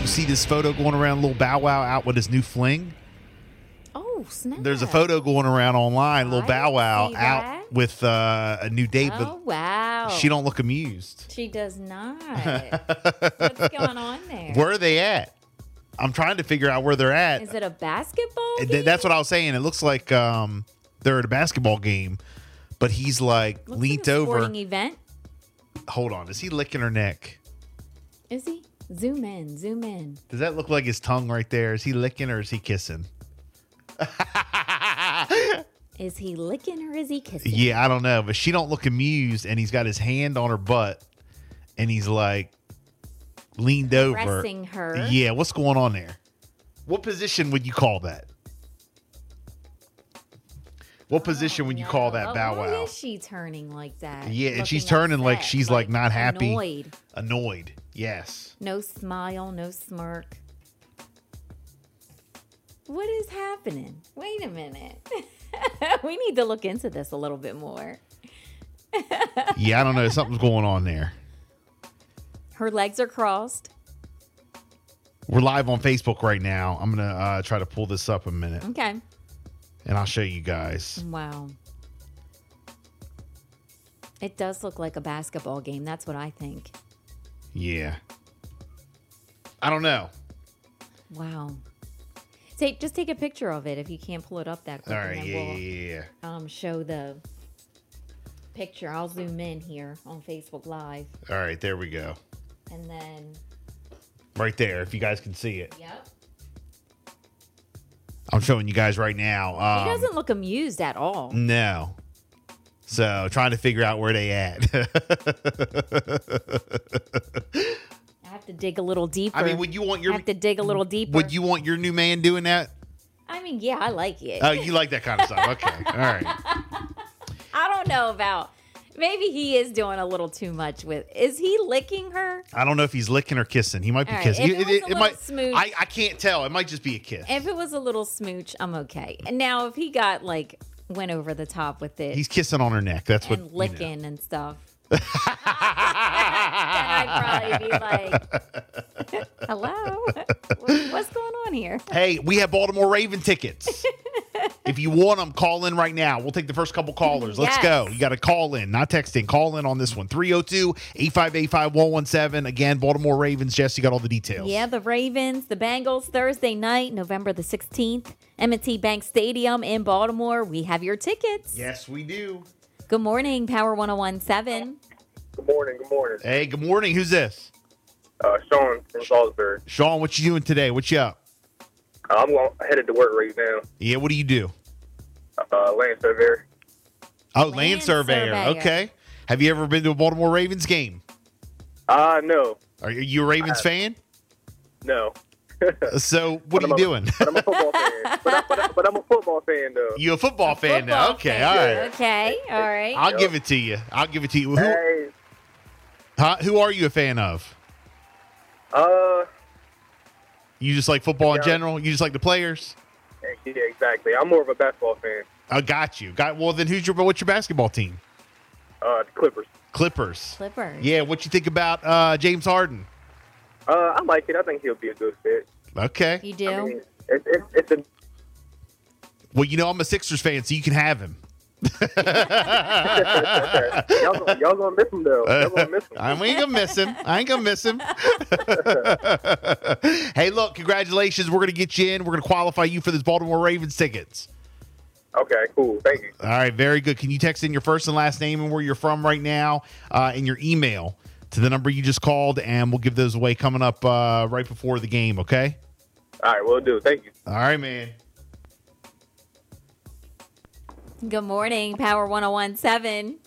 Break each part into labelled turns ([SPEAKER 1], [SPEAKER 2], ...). [SPEAKER 1] You see this photo going around, little Bow Wow out with his new fling.
[SPEAKER 2] Oh, snap.
[SPEAKER 1] There's a photo going around online, little
[SPEAKER 2] I
[SPEAKER 1] Bow Wow
[SPEAKER 2] see
[SPEAKER 1] out
[SPEAKER 2] that.
[SPEAKER 1] with uh, a new date,
[SPEAKER 2] Oh, wow.
[SPEAKER 1] but she don't look amused.
[SPEAKER 2] She does not. What's going on there?
[SPEAKER 1] Where are they at? I'm trying to figure out where they're at.
[SPEAKER 2] Is it a basketball?
[SPEAKER 1] Th-
[SPEAKER 2] game?
[SPEAKER 1] That's what I was saying. It looks like um, they're at a basketball game, but he's like
[SPEAKER 2] Looks like
[SPEAKER 1] leant
[SPEAKER 2] a
[SPEAKER 1] over.
[SPEAKER 2] sporting e-, event.
[SPEAKER 1] Hold on, is he licking her neck?
[SPEAKER 2] Is he? Zoom in, zoom in.
[SPEAKER 1] Does that look like his tongue right there? Is he licking or is he kissing?
[SPEAKER 2] Is he licking or is he kissing?
[SPEAKER 1] Yeah, I don't know, but she don't look amused, and he's got his hand on her butt, and he's like leaned over.
[SPEAKER 2] Caressing her.
[SPEAKER 1] Yeah, what's going on there? What position would you call that? What position would you call that
[SPEAKER 2] Oh,
[SPEAKER 1] bow
[SPEAKER 2] why
[SPEAKER 1] wow?
[SPEAKER 2] is she turning like that?
[SPEAKER 1] Yeah, and she's
[SPEAKER 2] Looking
[SPEAKER 1] turning like
[SPEAKER 2] upset,
[SPEAKER 1] she's, like, not happy.
[SPEAKER 2] Annoyed.
[SPEAKER 1] Annoyed. Yes.
[SPEAKER 2] No smile, no smirk. What is happening? Wait a minute. we need to look into this a little bit more.
[SPEAKER 1] Yeah, I don't know. Something's going on there.
[SPEAKER 2] Her legs are crossed.
[SPEAKER 1] We're live on Facebook right now. I'm gonna uh, try to pull this up a minute,
[SPEAKER 2] Okay.
[SPEAKER 1] and I'll show you guys.
[SPEAKER 2] Wow. It does look like a basketball game. That's what I think.
[SPEAKER 1] Yeah. I don't know.
[SPEAKER 2] Wow. Take just take a picture of it if you can't pull it up that
[SPEAKER 1] All
[SPEAKER 2] quick,
[SPEAKER 1] right.
[SPEAKER 2] and
[SPEAKER 1] Yeah,
[SPEAKER 2] then
[SPEAKER 1] yeah,
[SPEAKER 2] we'll
[SPEAKER 1] yeah. yeah.
[SPEAKER 2] um, show the picture. I'll zoom in here on Facebook Live,
[SPEAKER 1] All right. There we go.
[SPEAKER 2] and then
[SPEAKER 1] Right there. If you guys can see it,
[SPEAKER 2] yep.
[SPEAKER 1] I'm showing you guys right now.
[SPEAKER 2] He
[SPEAKER 1] Um, Mm.
[SPEAKER 2] doesn't look amused at all.
[SPEAKER 1] no. So trying to figure out where they at.
[SPEAKER 2] I have to dig a little deeper.
[SPEAKER 1] I mean, would you want
[SPEAKER 2] I
[SPEAKER 1] your
[SPEAKER 2] have to dig a little deeper.
[SPEAKER 1] would you want your new man doing that?
[SPEAKER 2] I mean, yeah, I like it.
[SPEAKER 1] Oh, you like that kind of stuff. Okay. All right.
[SPEAKER 2] I don't know about. Maybe he is doing a little too much with. Is he licking her?
[SPEAKER 1] I don't know if he's licking or kissing. He might be
[SPEAKER 2] All right,
[SPEAKER 1] kissing.
[SPEAKER 2] if it was a little
[SPEAKER 1] might.
[SPEAKER 2] smooth-
[SPEAKER 1] I, I can't tell. It might just be a kiss.
[SPEAKER 2] If it was a little smooch, I'm okay. And now if he got like went over the top with it
[SPEAKER 1] he's kissing on her neck. That's what.
[SPEAKER 2] and
[SPEAKER 1] you know.
[SPEAKER 2] licking and stuff, then I'd probably be like, "Hello, What- what's going on here?"
[SPEAKER 1] Hey, we have Baltimore Raven tickets. if you want them, call in right now. We'll take the first couple callers. Let's
[SPEAKER 2] Yes.
[SPEAKER 1] go. You got to call in, not text in. Call in on this one 302 858 5117. Again, Baltimore Ravens. Jesse got all the details.
[SPEAKER 2] Yeah, the Ravens, the Bengals, Thursday night, November the 16th, M&T Bank Stadium in Baltimore. We have your tickets.
[SPEAKER 1] Yes, we do.
[SPEAKER 2] Good morning, Power
[SPEAKER 1] Oh,
[SPEAKER 2] 1017.
[SPEAKER 3] Good morning. Good morning.
[SPEAKER 1] Hey, good morning. Who's this?
[SPEAKER 3] Uh, Sean from Salisbury. Uh,
[SPEAKER 1] Sean, what you doing today? What you up?
[SPEAKER 3] I'm going headed to work right now.
[SPEAKER 1] Yeah, what do you do?
[SPEAKER 3] Uh, Lance O'Vear.
[SPEAKER 1] Oh, land,
[SPEAKER 2] Land
[SPEAKER 1] surveyor.
[SPEAKER 2] surveyor.
[SPEAKER 1] Okay. Have you ever been to a Baltimore Ravens game? Ah,
[SPEAKER 3] Uh, no,
[SPEAKER 1] Are you- you a Ravens fan?
[SPEAKER 3] no.
[SPEAKER 1] So what are
[SPEAKER 3] I'm
[SPEAKER 1] you
[SPEAKER 3] a-
[SPEAKER 1] doing?
[SPEAKER 3] But I'm a football fan. But, I, but, I, but I'm a football fan though.
[SPEAKER 1] you a football fan now?
[SPEAKER 2] Football
[SPEAKER 1] Okay,
[SPEAKER 2] fan.
[SPEAKER 1] all right.
[SPEAKER 2] Okay, all right.
[SPEAKER 1] I'll give it to you. I'll give it to you. Who,
[SPEAKER 3] Hey.
[SPEAKER 1] huh? Who are you a fan of?
[SPEAKER 3] Uh.
[SPEAKER 1] You just like football in
[SPEAKER 3] Yeah.
[SPEAKER 1] general? You just like the players?
[SPEAKER 3] Yeah, exactly. I'm more of a basketball fan.
[SPEAKER 1] I got you. Got well. Then who's your what's your basketball team?
[SPEAKER 3] Uh, the Clippers.
[SPEAKER 1] Clippers.
[SPEAKER 2] Clippers.
[SPEAKER 1] Yeah. What you think about uh, James Harden?
[SPEAKER 3] Uh, I like it. I think he'll be a good fit.
[SPEAKER 1] Okay.
[SPEAKER 2] You do?
[SPEAKER 3] I mean, it's it's it's a
[SPEAKER 1] Well, you know I'm a Sixers fan, so you can have him.
[SPEAKER 3] y'all gonna, y'all gonna miss him though. Y'all gonna miss him.
[SPEAKER 1] I ain't gonna miss him. I ain't gonna miss him. hey, look, congratulations. We're gonna get you in. We're gonna qualify you for this Baltimore Ravens tickets.
[SPEAKER 3] Okay, cool. Thank you.
[SPEAKER 1] All right, very good. Can you text in your first and last name and where you're from right now, uh, and your email to the number you just called, and we'll give those away coming up uh, right before the game. Okay.
[SPEAKER 3] All right, will do. Thank you.
[SPEAKER 1] All right, man.
[SPEAKER 2] Good morning, Power 1017.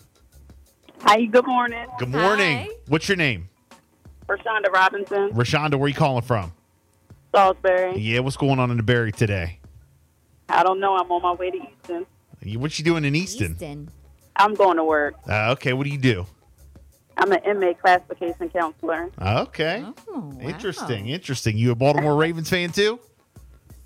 [SPEAKER 4] Hi, good morning.
[SPEAKER 1] Good morning.
[SPEAKER 2] Hi.
[SPEAKER 1] What's your name?
[SPEAKER 4] Rashonda Robinson,
[SPEAKER 1] Rashonda, where you calling from?
[SPEAKER 4] Salisbury.
[SPEAKER 1] Yeah, what's going on in the Berry today?
[SPEAKER 4] I don't know. I'm on my way to Easton.
[SPEAKER 1] You- What you doing in Easton?
[SPEAKER 2] Easton.
[SPEAKER 4] I'm going to work.
[SPEAKER 1] Uh, okay, what do you do?
[SPEAKER 4] I'm an inmate classification counselor.
[SPEAKER 1] Okay,
[SPEAKER 2] Oh, wow.
[SPEAKER 1] interesting, interesting. You a Baltimore Ravens fan too?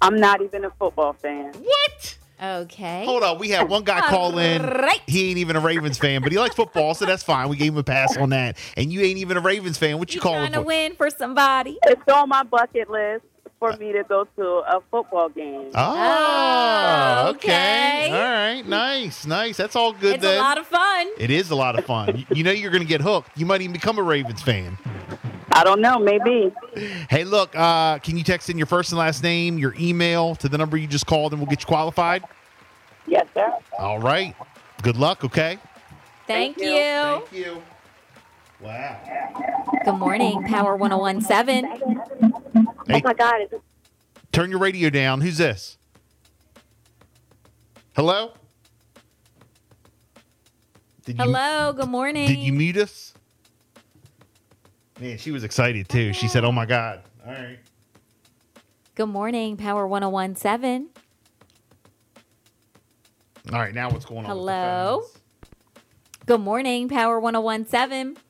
[SPEAKER 4] I'm not even a football fan.
[SPEAKER 1] What?
[SPEAKER 2] Okay.
[SPEAKER 1] Hold on, we had one guy call in.
[SPEAKER 2] Alright.
[SPEAKER 1] He ain't even a Ravens fan, but he likes football, so that's fine. We gave him a pass on that. And you ain't even a Ravens fan. What you,
[SPEAKER 2] You
[SPEAKER 1] calling
[SPEAKER 2] trying to
[SPEAKER 1] for?
[SPEAKER 2] win for somebody?
[SPEAKER 4] It's on my bucket list for me to go to a football game.
[SPEAKER 1] Oh,
[SPEAKER 2] Oh,
[SPEAKER 1] okay.
[SPEAKER 2] okay.
[SPEAKER 1] All right, nice, nice. That's all good
[SPEAKER 2] It's
[SPEAKER 1] then.
[SPEAKER 2] a lot of fun.
[SPEAKER 1] it is a lot of fun. You- you know you're going to get hooked. You might even become a Ravens fan.
[SPEAKER 4] I don't know. Maybe.
[SPEAKER 1] Hey, look, uh, can you text in your first and last name, your email to the number you just called, and we'll get you qualified?
[SPEAKER 4] Yes, sir.
[SPEAKER 1] All right. Good luck, okay?
[SPEAKER 2] Thank,
[SPEAKER 4] Thank you.
[SPEAKER 2] you.
[SPEAKER 1] you. Wow.
[SPEAKER 2] Good morning, Power 1017.
[SPEAKER 1] Hey,
[SPEAKER 4] Oh God. It's
[SPEAKER 1] turn your radio down. Who's this? Hello? Did you-
[SPEAKER 2] Hello, good morning.
[SPEAKER 1] Did you meet us? Man, she was excited too. She said, "Oh my god!" All right.
[SPEAKER 2] good morning, Power 1017.
[SPEAKER 1] All right. Now what's going on? with the
[SPEAKER 2] Hello?
[SPEAKER 1] phones?
[SPEAKER 2] Good morning, Power 1017.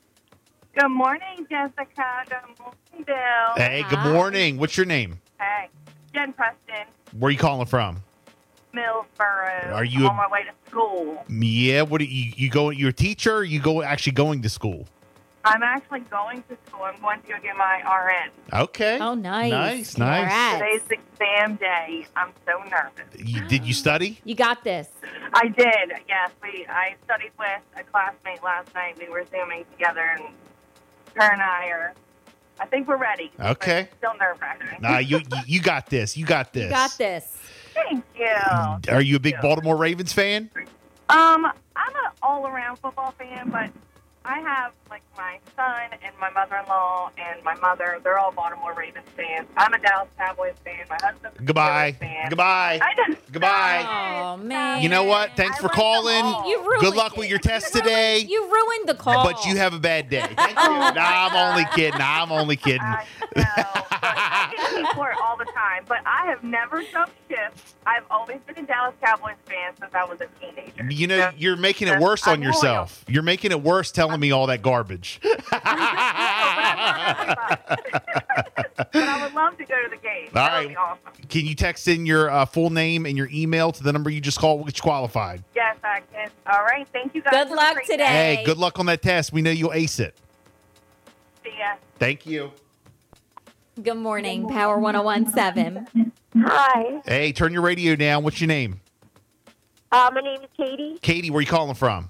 [SPEAKER 4] Good morning, Jessica. Good morning, Bill.
[SPEAKER 1] Hey, good
[SPEAKER 2] Oh, Hi.
[SPEAKER 1] morning. What's your name?
[SPEAKER 4] Hey, Jen Preston,
[SPEAKER 1] Where you calling from?
[SPEAKER 4] Millsboro.
[SPEAKER 1] Are you
[SPEAKER 4] I'm
[SPEAKER 1] a-
[SPEAKER 4] on my way to school?
[SPEAKER 1] Yeah. What are you you go? You're a teacher. Or you go actually going to school.
[SPEAKER 4] I'm actually going to school. I'm going to go get my RN.
[SPEAKER 1] Okay.
[SPEAKER 2] Oh,
[SPEAKER 1] Nice,
[SPEAKER 2] nice.
[SPEAKER 1] nice.
[SPEAKER 4] Today's
[SPEAKER 2] Congrats.
[SPEAKER 4] exam day. I'm so nervous.
[SPEAKER 1] You, did you study?
[SPEAKER 2] You got this.
[SPEAKER 4] I did. Yes, we. I studied with a classmate last night. We were zooming together, and her and I are. I think we're ready. but
[SPEAKER 1] Okay.
[SPEAKER 4] Still nerve wracking.
[SPEAKER 1] Nah, you you- you got this. You got this.
[SPEAKER 2] You got this.
[SPEAKER 4] Thank you.
[SPEAKER 1] Are you a big
[SPEAKER 4] Oh, Yeah.
[SPEAKER 1] Baltimore Ravens fan?
[SPEAKER 4] Um, I'm an all-around football fan, but I have like my son and my mother-in-law and my mother. They're all Baltimore Ravens fans. I'm a Dallas Cowboys fan. My husband's a
[SPEAKER 1] Goodbye.
[SPEAKER 4] Steelers fan.
[SPEAKER 1] Goodbye.
[SPEAKER 4] I just,
[SPEAKER 1] Goodbye.
[SPEAKER 2] Oh, man.
[SPEAKER 1] You know what? Thanks
[SPEAKER 4] I
[SPEAKER 1] for
[SPEAKER 4] like them
[SPEAKER 1] calling.
[SPEAKER 4] all.
[SPEAKER 2] You ruined
[SPEAKER 1] Good luck
[SPEAKER 2] it.
[SPEAKER 1] with your test today.
[SPEAKER 2] You ruined the call.
[SPEAKER 1] But you have a bad day. Thank you. nah, I'm only kidding. Nah, I'm only kidding.
[SPEAKER 4] Oh, I know. but I get hate for it all the time, but I have never jumped ships. I've always been a Dallas Cowboys fan since I was a teenager.
[SPEAKER 1] You know,
[SPEAKER 4] So-
[SPEAKER 1] you're making it
[SPEAKER 4] I'm
[SPEAKER 1] worse on
[SPEAKER 4] loyal.
[SPEAKER 1] yourself. You're making it worse telling me all that garbage. Can
[SPEAKER 4] but I would love to go to the game.
[SPEAKER 1] All
[SPEAKER 4] that would be
[SPEAKER 1] right.
[SPEAKER 4] awesome.
[SPEAKER 1] you text in your uh, full name and your email to the number you just called? We'll get you qualified.
[SPEAKER 4] Yes, I can. All right. Thank you guys.
[SPEAKER 2] Good
[SPEAKER 4] Have a
[SPEAKER 2] luck
[SPEAKER 4] great
[SPEAKER 2] today.
[SPEAKER 4] day.
[SPEAKER 1] Hey.
[SPEAKER 2] Hey.
[SPEAKER 1] good luck on that test. We know you'll ace it.
[SPEAKER 4] See ya.
[SPEAKER 1] Thank you.
[SPEAKER 2] Good morning, Power 1017.
[SPEAKER 5] Hi,
[SPEAKER 1] Hey, turn your radio down. What's your name?
[SPEAKER 5] uh, my name is Katie,
[SPEAKER 1] Katie, where you calling from?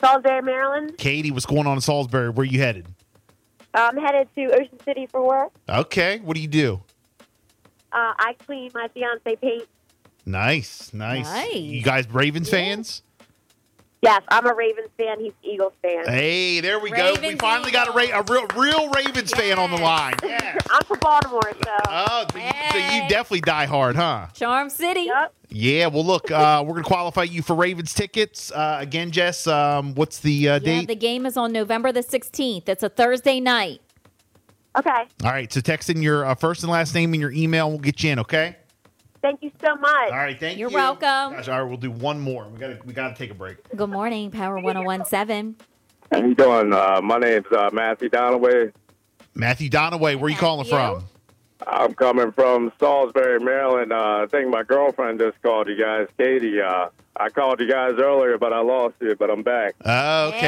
[SPEAKER 5] Salisbury, Maryland.
[SPEAKER 1] Katie, what's going on in Salisbury? Where you headed?
[SPEAKER 5] I'm headed to Ocean City for work.
[SPEAKER 1] Okay, what do you do?
[SPEAKER 5] Uh, I clean my fiance paint.
[SPEAKER 1] Nice, nice.
[SPEAKER 2] Nice.
[SPEAKER 1] You guys Ravens
[SPEAKER 5] Yeah.
[SPEAKER 1] fans?
[SPEAKER 5] Yes, I'm a Ravens fan. He's Eagles fan.
[SPEAKER 1] Hey, there we go. We
[SPEAKER 2] Ravens
[SPEAKER 1] finally got a, ra- a real, real Ravens fan on the
[SPEAKER 2] Yes.
[SPEAKER 1] line. Yeah.
[SPEAKER 5] I'm from Baltimore, so
[SPEAKER 1] Oh, so you, so you
[SPEAKER 2] Hey.
[SPEAKER 1] definitely die hard, huh?
[SPEAKER 2] Charm City.
[SPEAKER 5] Yup.
[SPEAKER 1] Yeah. Well, look, uh, we're gonna qualify you for Ravens tickets uh, again, Jess. Um, what's the uh,
[SPEAKER 2] Yeah,
[SPEAKER 1] date?
[SPEAKER 2] the game is on November the 16th. It's a Thursday night.
[SPEAKER 5] okay.
[SPEAKER 1] All right. So text in your uh, first and last name and your email. We'll get you in. Okay.
[SPEAKER 5] Thank you so much.
[SPEAKER 1] All right. Thank
[SPEAKER 2] You're
[SPEAKER 1] you.
[SPEAKER 2] welcome.
[SPEAKER 1] Gosh, all right. We'll do one more. We gotta we gotta take a break.
[SPEAKER 2] Good morning, Power 1017.
[SPEAKER 3] How you doing? Uh, my name's uh, Matthew Donaway.
[SPEAKER 1] Matthew Donaway, where you calling
[SPEAKER 2] Matthew.
[SPEAKER 1] from?
[SPEAKER 3] I'm coming from Salisbury, Maryland. Uh, I think my girlfriend just called you guys, Katie. Uh, I called you guys earlier, but I lost you. But I'm back.
[SPEAKER 1] Oh, okay.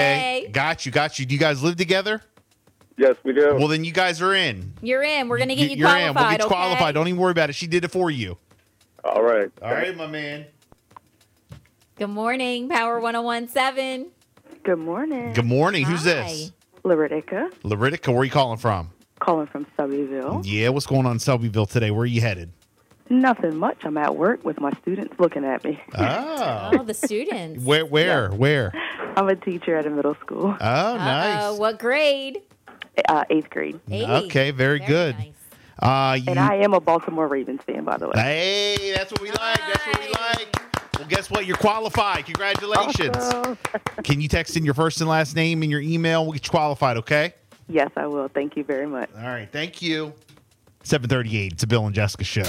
[SPEAKER 2] Hey.
[SPEAKER 1] Got you. Got you. Do you guys live together?
[SPEAKER 3] Yes, we do.
[SPEAKER 1] Well, then you guys are in.
[SPEAKER 2] You're in. We're going to get you
[SPEAKER 1] You're in. We'll
[SPEAKER 2] qualified.
[SPEAKER 1] get you qualified.
[SPEAKER 2] okay?
[SPEAKER 1] Don't even worry about it. She did it for you.
[SPEAKER 3] All right.
[SPEAKER 1] All right, my man.
[SPEAKER 2] Good morning, Power 1017.
[SPEAKER 6] Good morning.
[SPEAKER 1] Good morning. Who's
[SPEAKER 2] Hi.
[SPEAKER 1] this?
[SPEAKER 6] Laritica,
[SPEAKER 1] Laritica, where you calling from?
[SPEAKER 6] calling from Subbyville.
[SPEAKER 1] Yeah, what's going on in Selbyville today? Where are you headed?
[SPEAKER 6] Nothing much. I'm at work with my students looking at me.
[SPEAKER 1] Oh.
[SPEAKER 2] Oh, the students.
[SPEAKER 1] Where where? Where?
[SPEAKER 6] I'm a teacher at a middle school,
[SPEAKER 1] Oh,
[SPEAKER 2] Uh-oh,
[SPEAKER 1] nice.
[SPEAKER 2] What grade?
[SPEAKER 6] uh, eighth grade.
[SPEAKER 2] Eight.
[SPEAKER 1] Okay, very, good.
[SPEAKER 2] nice.
[SPEAKER 1] Uh you,
[SPEAKER 6] And I am a Baltimore Ravens fan, by the way.
[SPEAKER 1] Hey, that's what we like. That's what we
[SPEAKER 2] Nice.
[SPEAKER 1] like. Well, guess what? You're qualified. Congratulations. Can you text in your first and last name and your email? We'll get you qualified, okay?
[SPEAKER 6] Yes, I will. Thank you very much.
[SPEAKER 1] All right, thank you. 738. It's a Bill and Jessica show.